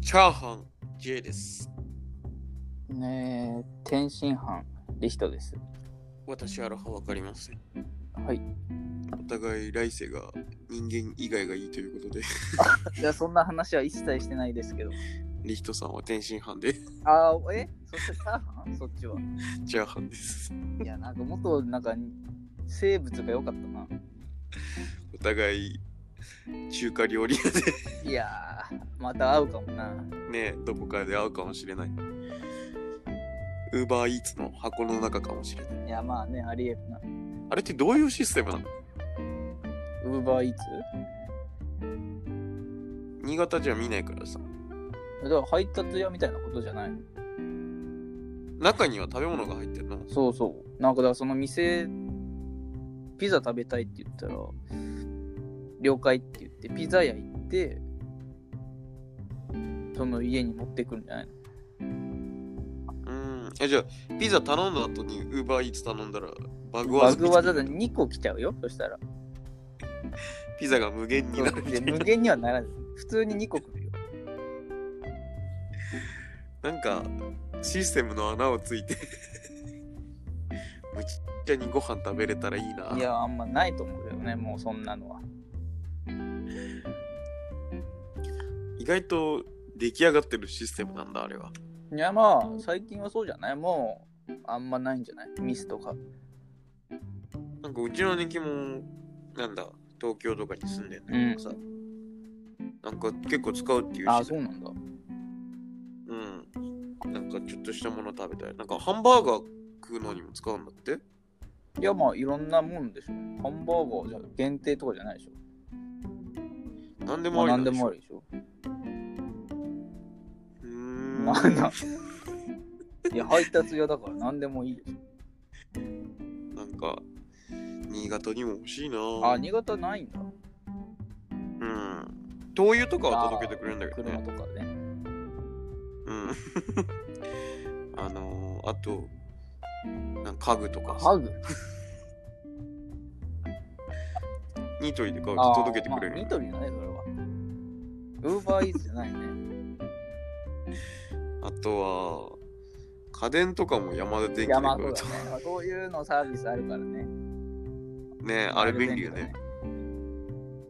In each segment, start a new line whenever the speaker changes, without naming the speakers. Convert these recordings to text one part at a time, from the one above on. チャーハン J です。
ねえ、天津飯リストです。
私、アロハわかりません。
はい。
お互い来世が人間以外がいいということで、
いや、そんな話は一切してないですけど。
リヒトさんは天津飯で、
ああ、えそっちチャーハンそっちは。
チャーハンです。
いや、なんかもっと、なんか、生物が良かったな。
お互い中華料理屋で、
いやー、また会うかもな。
ね、どこかで会うかもしれない。ウーバーイーツの箱の中かもしれない。
いや、まあね、ありえるな。
あれってどういうシステムなの
ウーバーイーツ
新潟じゃ見ないからさ。
だから配達屋みたいなことじゃないの
中には食べ物が入ってるの
そうそう。なんか、だからその店、ピザ食べたいって言ったら、了解って言って、ピザ屋行って、その家に持ってくるんじゃないの
うん。え、じゃあ、ピザ頼んだ後にウーバーイーツ頼んだら、バグワ
バ
ザ
グ技で2個来ちゃうよ、そしたら。
ピザが無限になるみたいな
無限にはならず、普通に2個来るよ。
なんかシステムの穴をついてむちっちゃにご飯食べれたらいいない
や、あんまないと思うよね、もうそんなのは。
意外と出来上がってるシステムなんだあれはい
や、まあ、最近はそうじゃないもう、あんまないんじゃないミスとか。
なんかうちの姉貴もなんだ東京とかに住んでんだけどさ、なんか結構使うっていうし
ああ、そうなんだ。
うんなんかちょっとしたもの食べたいなんかハンバーガー食うのにも使うんだって
いや、まあ、いろんなもんでしょ。ハンバーガーじゃ限定とかじゃないでしょ。
なんで
ま
も
あ、
ありな
なんん
で
で
しょ
もあるでしょ。
うーん
まあ、な。いや、配達屋だから何でもいいでし
なんか新潟にも欲しいな
ょ。あ、新潟ないんだ。
うん灯油とかは届けてくれるんだけどね
車とかでね。
うん。 あのー、あと、なんか家具とかさ、
ハグ
ニトリとか
あー
届けてくれ
まあ、ニ
る。
トリだね、それは。ウーバーイーツじゃないね。
あとは、家電とかも山田電機
い
で
や、まあ、
買
そ
うと。
うだね。まあそういうのサービスあるからね。
ねあれ便利よね。。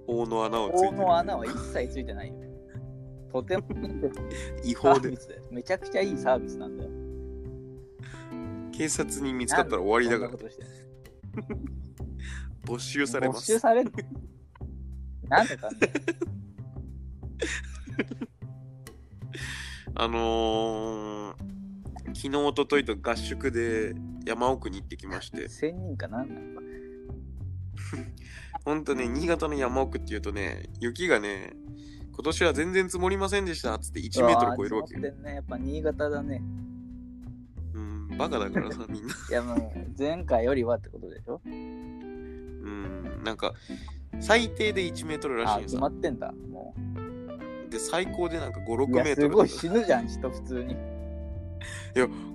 法の穴をついて
棒の穴は一切ついてないよ。と ても
る。違
サ
法
ー
で
ビ。スだよめちゃくちゃいいサービスなんだよ。
警察に見つかったら終わりだ
そ
か
んなことして
ら、没収されま
没収
す。
さ れるなんでかね。
あのー、昨日、一昨日と合宿で山奥に行ってきまして、
1000人かなんなんか。
ほんとね、新潟の山奥っていうとね、雪がね、今年は全然積もりませんでしたっつって1メートル超えるわけよ
う。ー積もってんね。やっぱ新潟だね。
うん、バカだ からさ、みんな。
いや、もう前回よりはってことでしょ。
うん、なんか、最低で1メートルら
あ
し
ー、
いよ
決ま
さ。
ってんだ。も
で、最高でなんか5、
う。
6
いや、
メー
す
トル
ご
と
い
か。
死ぬじゃん、人普通に。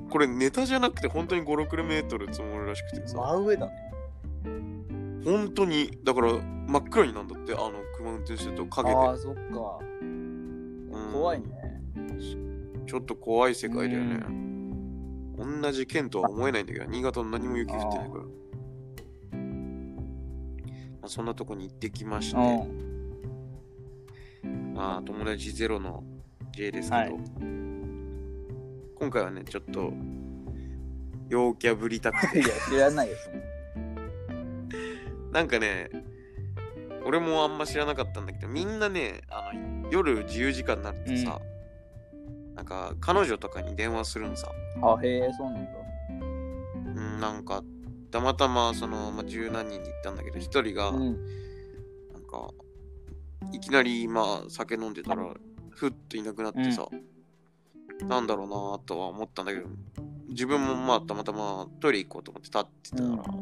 これネタじゃなくて、本当に5、6メートル積もるらしくてさ。
真上だね。
本当に、だから真っ暗になんだって、あの、車運転してると
あ
影で。
あー、そっか。怖いね。
ちょっと怖い世界だよね
う。
同じ県とは思えないんだけど、新潟の何も雪降ってないから。まあ、そんなとこに行ってきまし
う
て、
ん。
まあ、友達ゼロの J ですけど、
はい
今回はね、ちょっと、陽キャぶりたく
い
て
や、、知らないよ、そんな
なんかね、俺もあんま知らなかったんだけど、みんなね、あの夜自由時間になるとさ、なんか彼女とかに電話するんさ、
あ、へえ、そうなんだ。
うん、なんか、たまたまその、まあ、十何人で行ったんだけど、一人が、なん
ん。
か、いきなり、まあ、酒飲んでたら、ふっといなくなってさ、なんだろうなとは思ったんだけど、自分もまあ、たまたまトイレ行こうと思って立ってたから、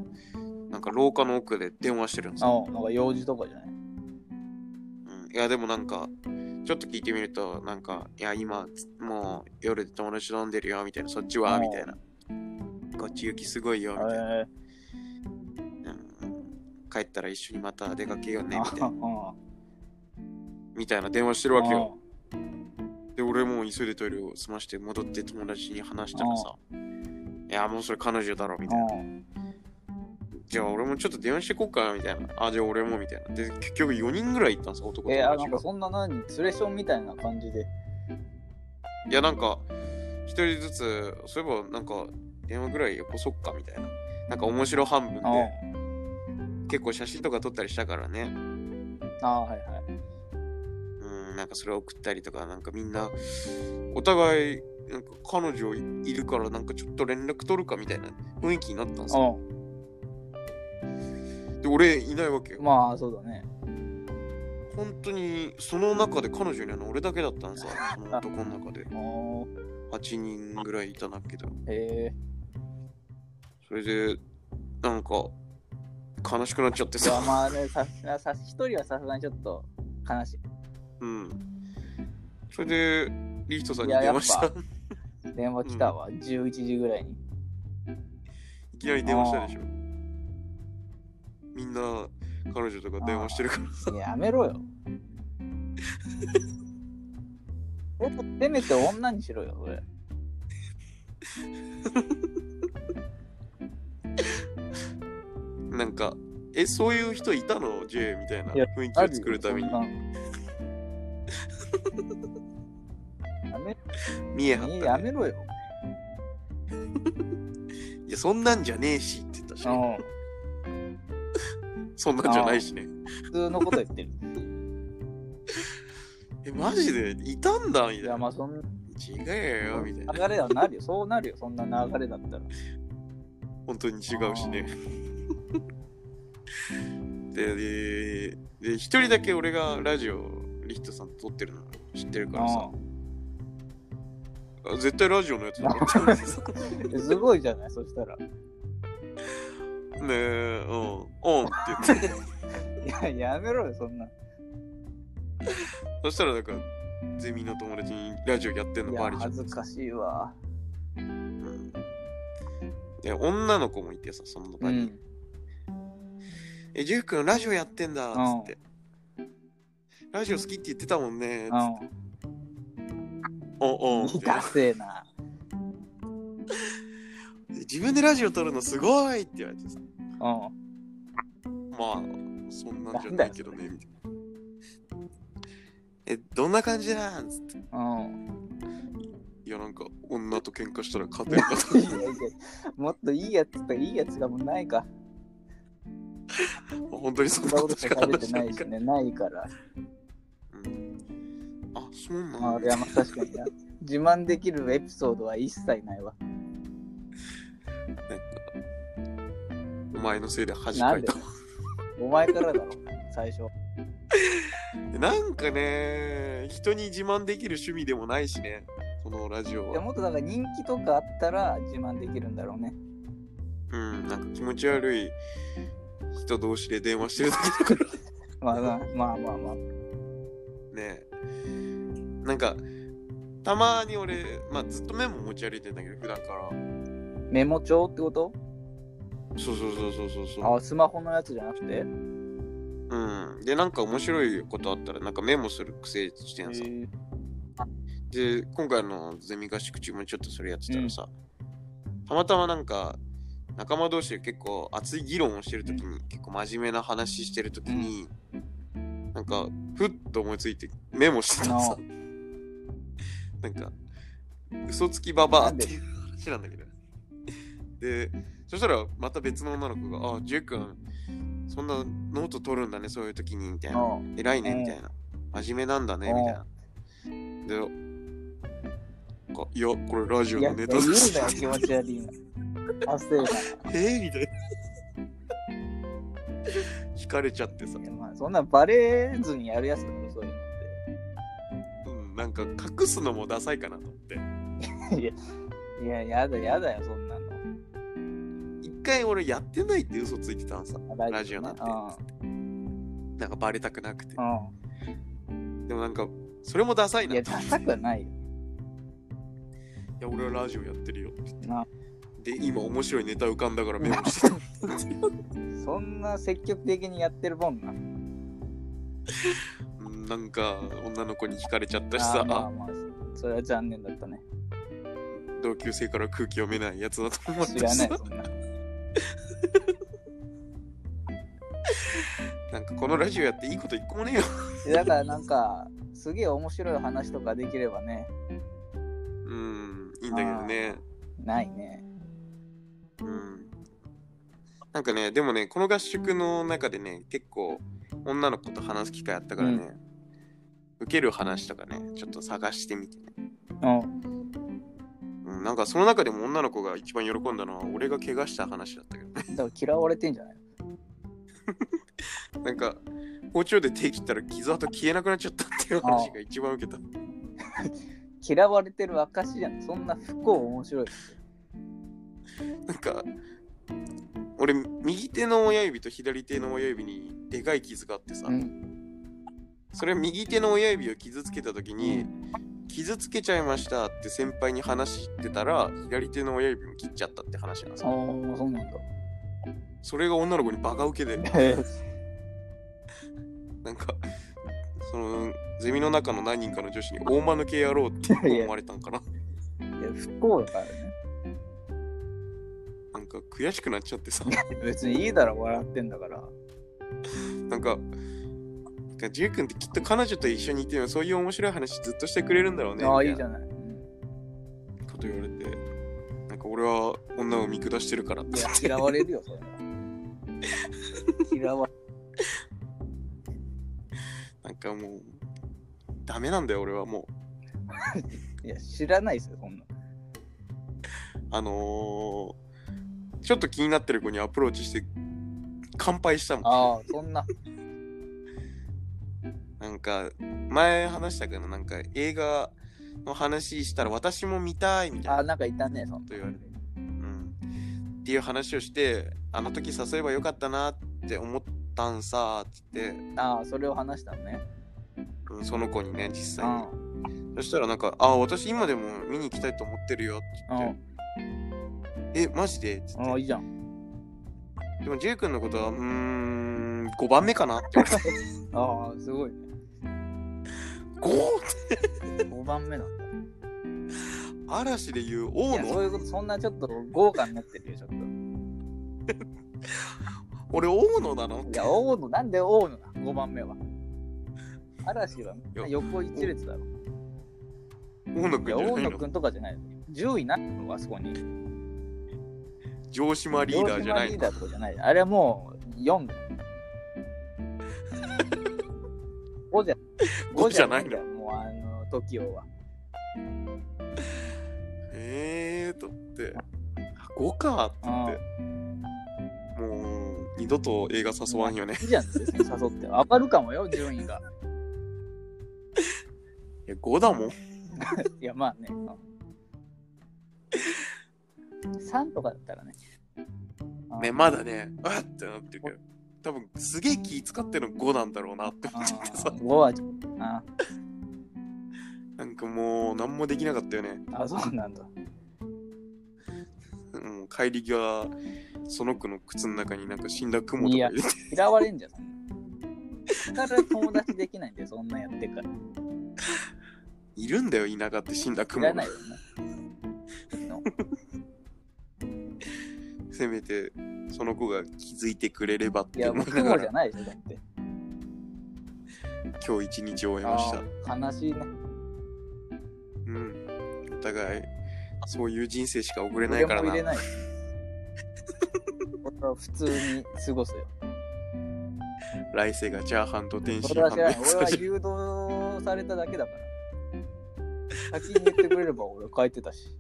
なんか廊下の奥で電話してるんですよ。
あ、なんか用事とかじゃない。
うんいや、でもなんか、ちょっと聞いてみると、なんか、いや、今、つもう夜友達と飲んでるよ、みたいな、そっちは、
うん
みたいな。こっち雪すごいよ、みたいな。
え
うん帰ったら一緒にまた出かけよう
え
ね、みたいな。
あ
みたいな電話してるわけよ。で、俺も急いでトイレを済まして戻って友達に話したらさ、いや、もうそれ彼女だろ、みたいな。
うん
じゃあ俺もちょっと電話してこっかな、みたいな。あ、じゃあ俺も、みたいな。で、結局4人ぐらい行ったんです、男と
えー、あ、
友
なん
達
か
が。
そんな何、ツレションみたいな感じで。
いや、なんか、一人ずつ、そういえば、なんか、電話ぐらいよこそっか、みたいな。なんか面白半分
あ
で、結構写真とか撮ったりしたからね。
あ、はいはい。
うん、なんかそれを送ったりとか、なんかみんな、お互い、なんか彼女いるから、なんかちょっと連絡取るかみたいな雰囲気になったんですよ。
う
で、俺いないわけ
ん。
よ。
まあ、そうだね。
本当に、その中で彼女いないの俺だけだったん さ、その男の中で。
あー
8人ぐらいいたんだけど。
へえ
それで、なんか、悲しくなっちゃって
ー。いや、
さ。
まあね、ささ一人はさすがにちょっと悲し
うん。それで、リヒトさん
い
に
や
電話し た
やっ。い。電話来たわ、11時ぐらいに。
いきなり電話したでしょ。みんな、彼女とか電話してるから。
いやや めろよ。もっとせめて女にしろよ、俺。
なんか、え、そういう人いたの ?J みたいない
や
雰囲気を作るために
あ。るよ そんなのや
見え張っ
め
た、
や
ね。
めろよ。
いや、そんなんじゃねえしって言ったし、
うん
そんなんじゃないしね。
普通のこと言 ってる。
え、マジでいたんだみ
い
たい
や、
な。
まあそん
違えよ、みたいな。
な流れはなるよ。そうなるよ、そんな流れだったら。
本当に違うし ね。で、で、で、一人だけ俺がラジオ、リヒトさんと撮ってるの知ってるからさ、
う
あ絶対ラジオのやつだ と思ってた
んすごいじゃない、そしたら。
ねえ、うん、うんって言 って。
いや、やめろよ、そんな。
そしたら、なんか、ゼミの友達にラジオやってんの
い
バ
や、
レちゃっ
恥
て
ずかしいわ。
うんで女の子もいてさ、その場
う
に。
ん。
え、ジュフ君、ラジオやってんだっつって。ラジオ好きって言ってたもんね。
う
つ
ん。
おおみたい
ダ
な
セえな。
自分でラジオ撮るのすごいって言われてさ。
うん。
まあ、そんなんじゃないけどね、みたいな。え、どんな感じなんつって。
うん。
いや、なんか、女と喧嘩したら勝てるか
いやいやもっといいやつとかいいやつがもうな いか。
と。本当にそ
そ
ん
ん
な
な
こ
ことと
し
書
か
かれ
話
て
し
な
ないい
し
から。
ね、ないから。
うんあ、そう
まあ、
なん
俺
だ
は。まあ確かにな。自慢できるエピソードは一切ないわ。
お前のせいで恥かいた。
お前からだろ、最初。
なんかね、人に自慢できる趣味でもないしね、このラジオ
いや
は。
もっとなんか人気とかあったら自慢できるんだろうね。
うん、なんか気持ち悪い人同士で電話してるだけだか
まあまあまあまあまあ。
らね。なんか、たまに俺、まあずっとメモ持ち歩いてんだけど、普段から。
メモ帳ってこと
そうそうそうそうそうそ
あ、スマホのやつじゃなくてへ
う。うん。で、なんか面白いことあったら、なんかメモする癖してんさ。
ー
で、今回のゼミ合宿中もちょっとそれやってたらさ、たまたまなんか、仲間同士で結構熱い議論をしてるときに、結構真面目な話してるときに、なんか、ふっと思いついてメモしてたらさ、なんか、嘘つきババアっていう話なんだけど。 で、そしたらまた別の女の子が、あ、ジュウ君、そんなノート取るんだね、そういうときに、みたいな。
うん
偉いねみたいな、真面目なんだねみたいな。で、かいや、これラジオ
いや、
の
い
ネ
や言
タ
う
だ
な
し
よ、気持ち悪いな。あ、そうやな。
えーみたいな。惹かれちゃってさ、
いやまあ、そんなバレずにやるやつだろ、そういうの
うん、なんか隠すのもダサいかなと思って。
って。いや、やだやだよ、そんなの。
一回俺やってないって嘘ついてたんさ。ラジオなんて
う
なんかバレたくなくて。
ん。
でもなんか、それもダサい
うん。い
なっ
や、
て。い
ダサくはないよ。
や、俺はラジオやってるよって言って
な
で、今面白いネタ浮かんだからメモしてた。
そんな積極的にやってるもんな。
うんなんか、女の子に惹かれちゃったし
あ
さ
ー、まあまあそれは残念だったね。
同級生から空気読めないやつだと思って
知らない、
さ
そんな。
なんかこのラジオやっていいこと一個もねえよ。
だからなんか、すげえ面白い話とかできればね、
うん、いいんだけどね。
ないね。
うん。なんかね、でもね、この合宿の中でね、結構女の子と話す機会あったからね、受ける話とかね、ちょっと探してみてね。
うん。
うん、なんかその中でも女の子が一番喜んだのは俺が怪我した話だったけどね。
だから嫌われてんじゃない
なんか包丁で手切ったら傷跡消えなくなっちゃったっていう話が一番受けた。
嫌われてる証じゃん。そんな不幸面白いですよ。
なんか俺右手の親指と左手の親指にでかい傷があってさ、
うん。
それは右手の親指を傷つけた時に、傷つけちゃいましたって先輩に話してたら左手の親指も切っちゃったって話なん
ああ、
さ
そう なんだ。
それが女の子にバカウケで
へえ
なんかそのゼミの中の何人かの女子に大間抜け野郎って思われたんかな
いや不幸だからね。
なんか悔しくなっちゃってさ
別にいいだろ、笑ってんだから。
なんか、なんかジュウ君ってきっと彼女と一緒にいてもそういう面白い話ずっとしてくれるんだろうね。
ああ、
み
い
た
いじ
な
ゃない。うん
こと言われて、なんか俺は女を見下してるからって
いや、
言
嫌
っ
われるよ、それ は。嫌われ
て、なんかもう、ダメなんだよ俺はも
いや、知らないですよ、そんな。
う。あのー、ちょっと気になってる子にアプローチして、乾杯したもん。
ああ、そんな。
なんか、前話したけど、なんか映画の話したら私も見たいみたいな
あ。あ、なんかいたね、そんな。
と言われて、うん、っていう話をしてあの時誘えばよかったなって思ったんさっつって、
ああ、それを話したのね。
うんその子にね実際に
う
そしたらなんか「あ私今でも見に行きたいと思ってるよ」
ん。う
って言っ
ん。
て「えマジで?」っつっ
ああ、いい
て
じゃ ん。
でもジェイ君のことはうーん5番目かなって言われて
ああ、すごいね。
「5! って
5番目なんだ。」
嵐で言う
い
王
や、そ
の
ういうこと、そんなちょっと豪華になってるよ、ちょっと。い
俺王のなのって
や、大野、なんで大野だ、5番目は。嵐はみんな横一列だろ。
王の
い
君じゃ
や、大
ない
野
の
くんとかじゃないよ。10位ないのあそこに。
城島リーダーじゃな
城島リ
い
ー
の
ダーとかじゃない。あれはもう4だよ。5じゃ
5じゃないの
よもうあの、時をは。
えーと思ってあ5かって言ってもう二度と映画誘わんよね
いいじゃん、別に誘って。上がるかもよ、順位が。
いや、5だもん。
いや、ま あね。3とかだったらね。あ
ね、まだね、あってなってるけど。多分すげえ気使ってるの5なんだろうなって
あ
思っちゃってさ。
5はちょっとあ
なんかもう、何もできなかったよね。
あ、そうなんだ。
もう帰り際、その子の靴の中になんか死んだ雲とか入れて。
嫌われんじゃん、そんな。だから友達できないんで、そんなやってから。
いるんだよ、田舎って死んだ
い
雲
らな
が
い。よね。の
せめて、その子が気づいてくれればっ
い
て
や、も
思
う
いなが
雲じゃ
ら、
ないでしょ、だって。
今日一日を終えました
あ。あ悲しいね。
うん。お互い、そういう人生しか送れな
俺
いから
も入れ
な。
ない。俺は普通に過ごすよ。
来世がチャーハンと天津
それは
飯
知らない。
で
俺
す
は誘導されただけだから。先に言ってくれれば 俺書いてたし。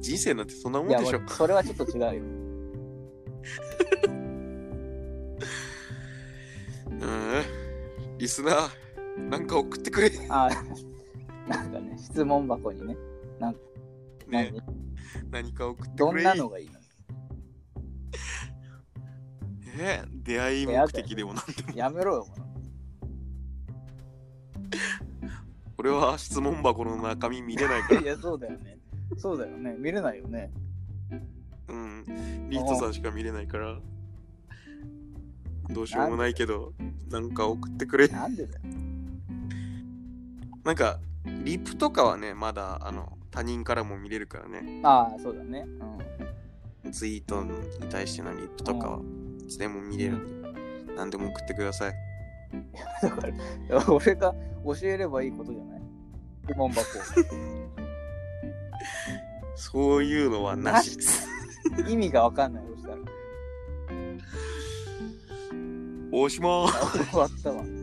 人生なんてそんなもん
いや、
でしょ。
まあそれはちょっと違うよ。
うんリスナー、なんか送ってくれ。
あなんかね、質問箱にね、
ね、
何
何か送って
ど
くれ。
んなのがいいの
え出会い目的でもなんでも。
やめろよ、も
俺は質問箱の中身見れないか
ういや、そうだよね。そうだよね。見れないよね。
ら。うん。リートさんしか見れない から。どうしようもないけど、なんか送ってくれ。
なんでだよ。
なんか、リプとかはね、まだあの他人からも見れるからね、
ああ、そうだね。うん。
ツイートに対してのリプとかはいつでも見れるんで、何でも送ってください。
だから、俺が教えればいいことじゃない。質問箱。
そういうのはなしです。
意味がわかんない、そしたら。
大島
終わったわ。